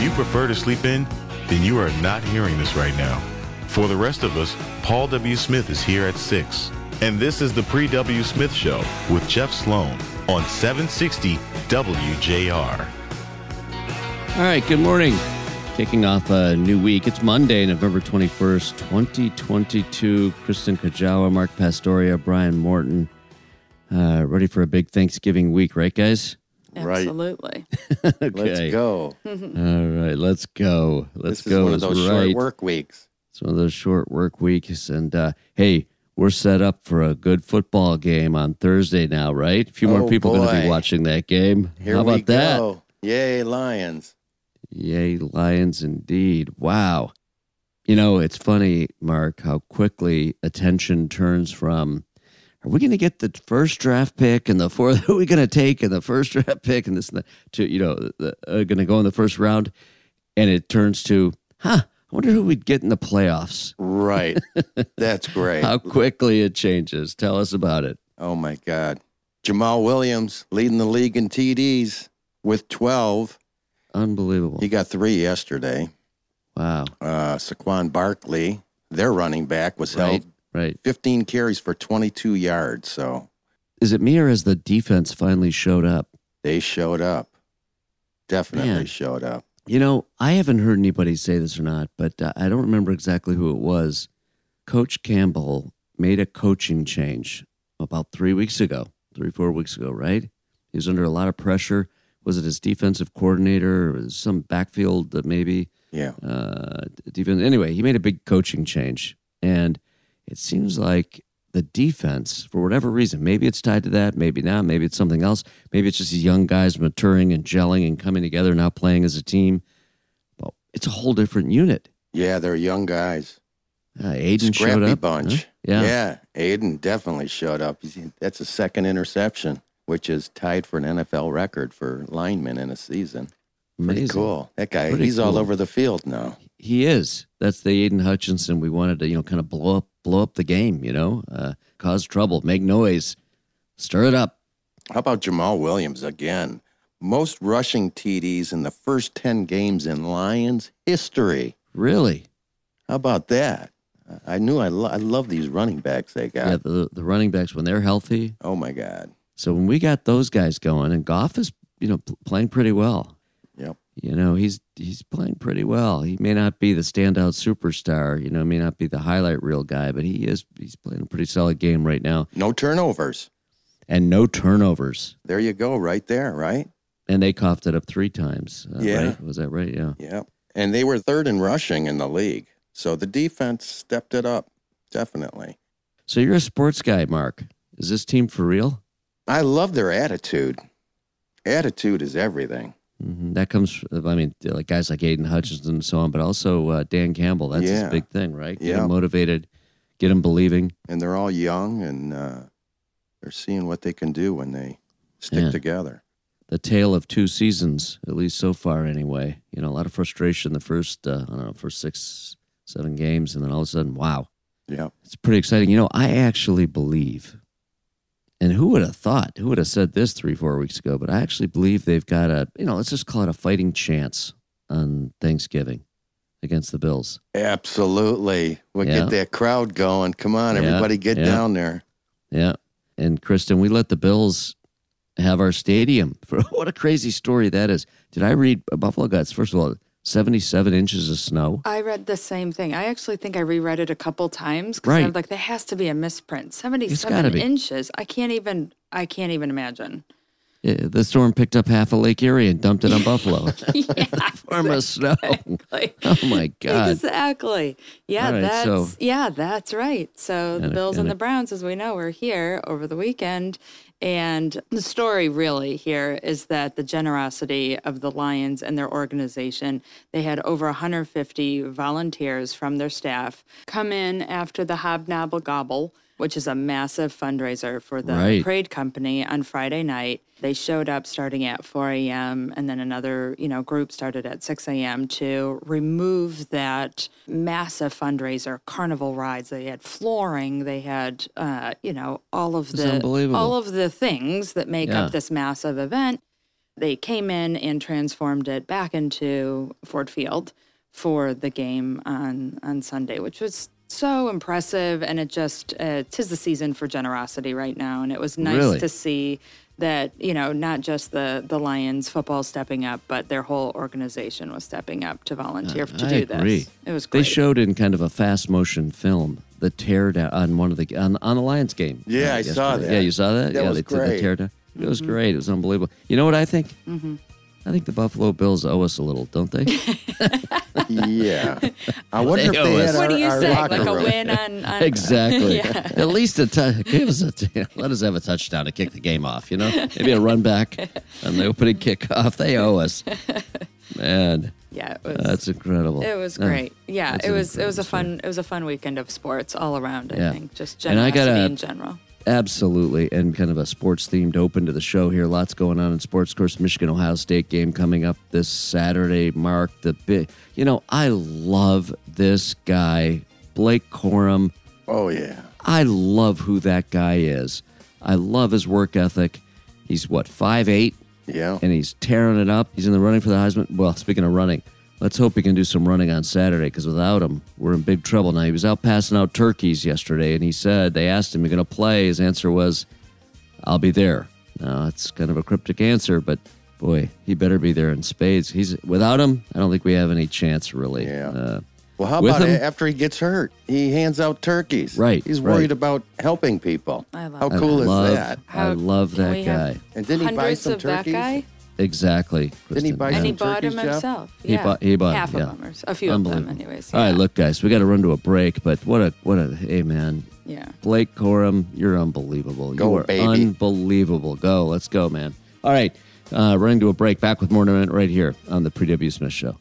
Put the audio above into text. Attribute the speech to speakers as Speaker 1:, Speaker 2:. Speaker 1: you prefer to sleep in, then you are not hearing this right now. For the rest of us, Paul W. Smith is here at 6. And this is the Pre W. Smith Show with Jeff Sloan on 760 WJR.
Speaker 2: All right, good morning. Kicking off a new week. It's Monday, November 21st, 2022. Kristen Kajawa, Mark Pastoria, Brian Morton. Uh, ready for a big Thanksgiving week, right, guys?
Speaker 3: Right.
Speaker 4: Absolutely.
Speaker 2: Okay.
Speaker 3: Let's go.
Speaker 2: All right, let's go. Let's
Speaker 3: this
Speaker 2: go.
Speaker 3: is one of
Speaker 2: is
Speaker 3: those
Speaker 2: right.
Speaker 3: short work weeks.
Speaker 2: It's one of those short work weeks. And uh, hey, we're set up for a good football game on Thursday now, right? A few more
Speaker 3: Oh,
Speaker 2: people going to be
Speaker 3: boy.
Speaker 2: watching that game.
Speaker 3: Here
Speaker 2: How about
Speaker 3: we
Speaker 2: that?
Speaker 3: go. Yay, Lions.
Speaker 2: Yay, Lions indeed. Wow. You know, it's funny, Mark, how quickly attention turns from are we going to get the first draft pick and the fourth? Who are we going to take and the first draft pick and this and that to, you know, the, uh, going to go in the first round? And it turns to, huh, I wonder who we'd get in the playoffs.
Speaker 3: Right. That's great.
Speaker 2: How quickly it changes. Tell us about it.
Speaker 3: Oh my God. Jamal Williams leading the league in TDs with 12.
Speaker 2: Unbelievable.
Speaker 3: He got three yesterday.
Speaker 2: Wow.
Speaker 3: Uh, Saquon Barkley, their running back, was
Speaker 2: Right.
Speaker 3: held
Speaker 2: Right.
Speaker 3: 15 carries for 22 yards. So
Speaker 2: Is it me or has the defense finally showed up?
Speaker 3: they showed up. Definitely
Speaker 2: Man.
Speaker 3: showed up.
Speaker 2: You know, I haven't heard anybody say this or not, but uh, I don't remember exactly who it was. Coach Campbell made a coaching change about three weeks ago, three, four weeks ago, right? He was under a lot of pressure. Was it his defensive coordinator or some backfield that maybe?
Speaker 3: Yeah.
Speaker 2: uh, defense. Anyway, he made a big coaching change, and it seems like the defense, for whatever reason, maybe it's tied to that, maybe not, maybe it's something else, maybe it's just these young guys maturing and gelling and coming together, now playing as a team. Well, it's a whole different unit.
Speaker 3: Yeah, they're young guys.
Speaker 2: Uh, Aiden showed
Speaker 3: Scrappy
Speaker 2: up.
Speaker 3: bunch.
Speaker 2: huh? Yeah.
Speaker 3: Aiden definitely showed up. He's- That's a second interception, which is tied for an NFL record for linemen in a season. Pretty
Speaker 2: Amazing.
Speaker 3: cool. That guy,
Speaker 2: Pretty
Speaker 3: he's all
Speaker 2: cool.
Speaker 3: over the field now.
Speaker 2: He is. That's the Aiden Hutchinson we wanted to, you know, kind of blow up, blow up the game. You know, uh, cause trouble, make noise, stir it up.
Speaker 3: How about Jamal Williams again? Most rushing TDs in the first 10 games in Lions history.
Speaker 2: Really,
Speaker 3: How about that? I- I knew I, lo- I love these running backs they got.
Speaker 2: yeah. The the running backs when they're healthy,
Speaker 3: Oh my God.
Speaker 2: So when we got those guys going, and Goff is, you know, pl- playing pretty well.
Speaker 3: Yep.
Speaker 2: You know, he's he's playing pretty well. He may not be the standout superstar, you know, may not be the highlight reel guy, but he is he's playing a pretty solid game right now.
Speaker 3: No turnovers.
Speaker 2: And no turnovers.
Speaker 3: There you go, right there, right?
Speaker 2: And they coughed it up three times. uh,
Speaker 3: Yeah.
Speaker 2: right? Was that right? Yeah.
Speaker 3: Yep. And they were third in rushing in the league. So the defense stepped it up, definitely.
Speaker 2: So you're a sports guy, Mark. Is this team for real?
Speaker 3: I love their attitude. Attitude is everything.
Speaker 2: hmm That comes, I mean, like guys like Aiden Hutchinson and so on, but also uh, Dan Campbell. That's
Speaker 3: Yeah.
Speaker 2: his big thing, right? Get
Speaker 3: Yeah.
Speaker 2: him motivated, get him believing.
Speaker 3: And they're all young and uh, they're seeing what they can do when they stick
Speaker 2: Yeah.
Speaker 3: together.
Speaker 2: the tale of two seasons, at least so far anyway. You know, a lot of frustration the first, uh, I don't know, first six, seven games, and then all of a sudden, wow,
Speaker 3: Yep.
Speaker 2: it's pretty exciting. You know, I actually believe, and who would have thought, who would have said this three, four weeks ago, but I actually believe they've got a, you know, let's just call it a fighting chance on Thanksgiving against the Bills.
Speaker 3: Absolutely. We'll
Speaker 2: Yeah.
Speaker 3: get that crowd going. Come on,
Speaker 2: Yeah,
Speaker 3: everybody get
Speaker 2: yeah.
Speaker 3: down there.
Speaker 2: Yeah. And Kristen, we let the Bills have our stadium. For what a crazy story that is. Did I read Buffalo Guts? First of all, 77 inches of snow.
Speaker 4: I read the same thing. I actually think I reread it a couple times because I
Speaker 2: Right.
Speaker 4: was like, there has to be a misprint.
Speaker 2: gotta
Speaker 4: Seventy-seven
Speaker 2: be.
Speaker 4: inches. I can't even. I can't even imagine.
Speaker 2: Yeah, Uh, the storm picked up half of Lake Erie and dumped it on Buffalo.
Speaker 4: yeah,
Speaker 2: Form of snow.
Speaker 4: exactly.
Speaker 2: Oh my God.
Speaker 4: Exactly. Yeah,
Speaker 2: All right,
Speaker 4: that's
Speaker 2: so-
Speaker 4: yeah, that's right. So
Speaker 2: And
Speaker 4: the
Speaker 2: it-
Speaker 4: Bills and
Speaker 2: and
Speaker 4: the Browns, as we know, were here over the weekend, and the story really here is that the generosity of the Lions and their organization. They had over 150 volunteers from their staff come in after the Hobnobble Gobble. Which is a massive fundraiser for the
Speaker 2: Right.
Speaker 4: parade company on Friday night. They showed up starting at 4 a.m. and then another, you know, group started at 6 a.m. to remove that massive fundraiser, carnival rides. They had flooring. They had, uh, you know, all of the
Speaker 2: unbelievable.
Speaker 4: all of the things that make
Speaker 2: Yeah.
Speaker 4: up this massive event. They came in and transformed it back into Ford Field for the game on on Sunday, which was so impressive. And it just uh, tis the season for generosity right now, and it was nice
Speaker 2: Really?
Speaker 4: to see that you know not just the the Lions football stepping up, but their whole organization was stepping up to volunteer to
Speaker 2: Uh, I
Speaker 4: do
Speaker 2: agree.
Speaker 4: this. It was
Speaker 2: They
Speaker 4: great.
Speaker 2: showed in kind of a fast motion film the teardown on one of the on, on the Lions game. uh,
Speaker 3: Yeah, I saw
Speaker 2: yesterday.
Speaker 3: that.
Speaker 2: Yeah, you saw that.
Speaker 3: That
Speaker 2: yeah,
Speaker 3: was
Speaker 2: they
Speaker 3: great. Mm-hmm.
Speaker 2: did the teardown. It was great. It was unbelievable. You know what I think? I think the Buffalo Bills owe us a little, don't they?
Speaker 3: yeah. I wonder if
Speaker 2: They
Speaker 3: they
Speaker 2: owe
Speaker 3: had
Speaker 2: us.
Speaker 3: our,
Speaker 4: what do you
Speaker 3: our
Speaker 4: say?
Speaker 3: locker
Speaker 4: Like a
Speaker 3: room.
Speaker 4: win on, on
Speaker 2: exactly.
Speaker 4: yeah.
Speaker 2: At least a t- give us a t- let us have a touchdown to kick the game off. You know, maybe a run back on the opening kickoff. They owe us. Man,
Speaker 4: Yeah, it was,
Speaker 2: that's incredible. Uh,
Speaker 4: it was
Speaker 2: Yeah.
Speaker 4: great. Yeah,
Speaker 2: that's
Speaker 4: it
Speaker 2: an
Speaker 4: was it was
Speaker 2: incredible
Speaker 4: a
Speaker 2: story.
Speaker 4: fun it was a fun weekend of sports all around. I
Speaker 2: Yeah.
Speaker 4: think just
Speaker 2: And I
Speaker 4: generosity
Speaker 2: gotta-
Speaker 4: in general.
Speaker 2: Absolutely, and kind of a sports themed open to the show here. Lots going on in sports. Of course, Michigan Ohio State game coming up this Saturday. Mark the big. You know, I love this guy, Blake Corum.
Speaker 3: Oh, yeah.
Speaker 2: I love who that guy is. I love his work ethic. He's what five eight,
Speaker 3: Yeah.
Speaker 2: and he's tearing it up. He's in the running for the Heisman. Well, speaking of running, let's hope he can do some running on Saturday because without him, we're in big trouble. Now, he was out passing out turkeys yesterday, and he said, they asked him, you going to play? His answer was, I'll be there. Now, it's kind of a cryptic answer, but boy, he better be there in spades. He's Without him, I don't think we have any chance, really.
Speaker 3: Yeah.
Speaker 2: Uh,
Speaker 3: Well, how
Speaker 2: With
Speaker 3: about
Speaker 2: him-
Speaker 3: a- after he gets hurt? He hands out turkeys.
Speaker 2: Right,
Speaker 3: He's
Speaker 2: right.
Speaker 3: worried about helping people.
Speaker 4: I love
Speaker 3: how
Speaker 4: that.
Speaker 3: cool
Speaker 2: I love,
Speaker 3: is that?
Speaker 2: I love
Speaker 4: can
Speaker 2: that
Speaker 4: we
Speaker 2: guy.
Speaker 4: have
Speaker 3: And didn't he buy
Speaker 4: hundreds
Speaker 3: some
Speaker 4: of that
Speaker 3: turkeys?
Speaker 4: guy?
Speaker 2: exactly.
Speaker 3: Didn't he
Speaker 2: Kristen.
Speaker 3: buy
Speaker 2: Yeah.
Speaker 4: And he
Speaker 3: some
Speaker 4: bought him
Speaker 3: turkeys, Jeff?
Speaker 4: himself.
Speaker 2: He
Speaker 4: yeah.
Speaker 2: bought- he bought 'em,
Speaker 4: half
Speaker 2: yeah.
Speaker 4: of them, or s- a few of them,
Speaker 2: Unbelievable.
Speaker 4: anyways.
Speaker 2: All
Speaker 4: yeah.
Speaker 2: right, look, guys, we got to run to a break, but what a what a hey, man,
Speaker 4: Yeah.
Speaker 2: Blake Corum, you're unbelievable.
Speaker 3: Go,
Speaker 2: you are
Speaker 3: baby.
Speaker 2: unbelievable. Go, let's go, man. All right, uh, running to a break. Back with more in a minute right here on the Pre W Smith Show.